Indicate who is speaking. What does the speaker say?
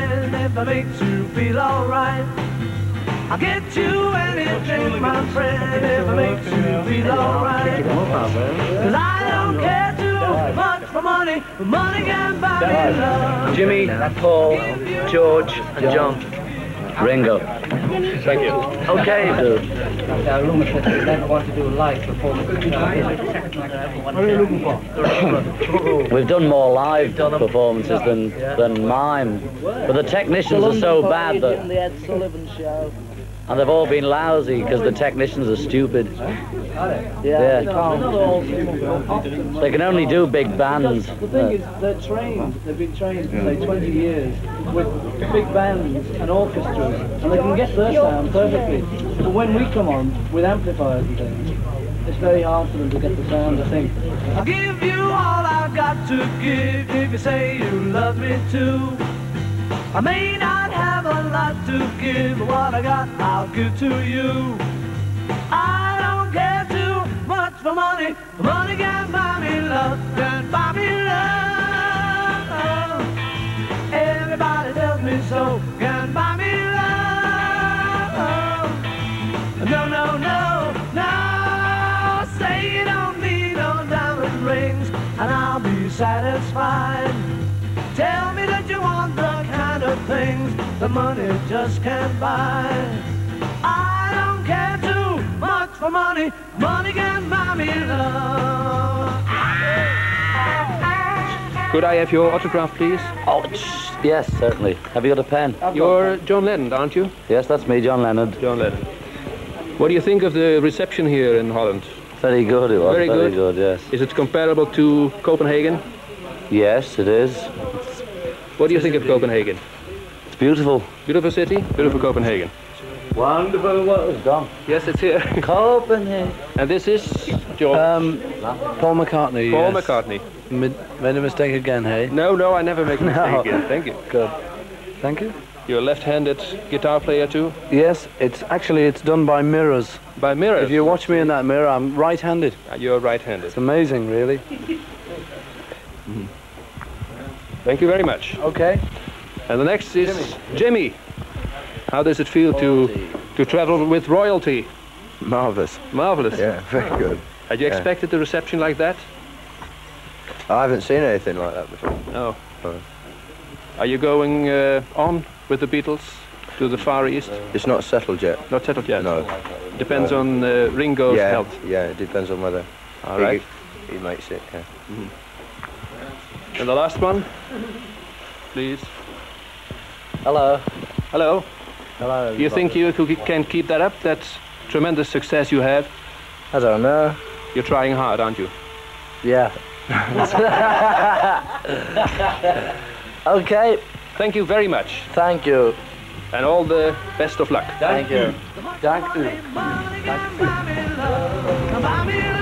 Speaker 1: that makes you feel alright. I'll get you anything, my friend, if it makes you feel alright. Cause I don't care too much for money, but money can buy me love.
Speaker 2: Jimmy, Paul, George, and John. Ringo.
Speaker 3: Thank you.
Speaker 2: Okay, dude.
Speaker 4: Our rooms that we uh, never want to do live performance. What are you looking for?
Speaker 2: We've done more live performances than, than mime. But the technicians are so bad that.
Speaker 4: The Ed Sullivan show.
Speaker 2: And they've all been lousy because the technicians are stupid. Yeah. They can only do big bands. Uh,
Speaker 4: The thing is, they're trained. They've been trained for say 20 years with big bands and orchestras, and they can get their sound perfectly. But when we come on with amplifiers and things, it's very hard for them to get the sound. I think.
Speaker 1: I'll give you all I've got to give if you say you love me too. I may not have a lot to give, but what I got I'll give to you. I don't care too much for money. Money can buy me love, can buy me love. Everybody tells me so, can buy me love. No, no, no, no. Say you don't need no diamond rings, and I'll be satisfied. Tell me that you want the kind of things the money just can't buy. I don't care too much for money. Money can buy me love.
Speaker 3: Could I have your autograph, please?
Speaker 2: Oh, sh- yes, certainly. Have you got a pen?
Speaker 3: You're John Lennon, aren't you?
Speaker 2: Yes, that's me, John Leonard.
Speaker 3: John Lennon. What do you think of the reception here in Holland?
Speaker 2: Very good, it was.
Speaker 3: Very
Speaker 2: Very good,
Speaker 3: good.
Speaker 2: yes.
Speaker 3: Is it comparable to Copenhagen?
Speaker 2: Yes, it is.
Speaker 3: What do you think of Copenhagen?
Speaker 2: It's beautiful.
Speaker 3: Beautiful city, beautiful Copenhagen.
Speaker 2: Wonderful what was done.
Speaker 3: Yes, it's here.
Speaker 2: Copenhagen.
Speaker 3: And this is John
Speaker 2: Uh,
Speaker 5: Um, Paul McCartney.
Speaker 3: Paul
Speaker 5: yes.
Speaker 3: McCartney.
Speaker 5: Mid- made a mistake again, hey?
Speaker 3: No, no, I never make a mistake again. Thank you.
Speaker 5: Good. Thank you.
Speaker 3: You're a left-handed guitar player too?
Speaker 5: Yes, it's actually it's done by mirrors.
Speaker 3: By mirror. Uh,
Speaker 5: If you watch me in that mirror, I'm right-handed.
Speaker 3: You're right-handed.
Speaker 5: It's amazing, really.
Speaker 3: Thank you very much.
Speaker 5: Okay.
Speaker 3: And the next is Jimmy. How does it feel to to travel with royalty?
Speaker 6: Marvellous.
Speaker 3: Marvelous.
Speaker 6: Yeah, very good.
Speaker 3: Had you expected the reception like that?
Speaker 6: I haven't seen anything like that before.
Speaker 3: No.
Speaker 6: No.
Speaker 3: Oh. Are you going uh, on with the Beatles to the Far East?
Speaker 6: It's not settled yet.
Speaker 3: Not settled yet.
Speaker 6: Uh. No.
Speaker 3: Depends on uh, Ringo's
Speaker 6: yeah,
Speaker 3: health.
Speaker 6: yeah, it depends on whether
Speaker 3: All right.
Speaker 6: he, he makes it. Yeah.
Speaker 3: And the last one, please.
Speaker 5: Hello.
Speaker 3: Hello.
Speaker 5: Hello.
Speaker 3: You think you c- can keep that up? That tremendous success you have.
Speaker 5: I don't know.
Speaker 3: You're trying hard, aren't you?
Speaker 5: Yeah. okay.
Speaker 3: Thank you very much,
Speaker 5: Thank you.
Speaker 3: and all the best of luck.
Speaker 5: Thank you. Thank you.
Speaker 1: Money can buy me love, can buy me love.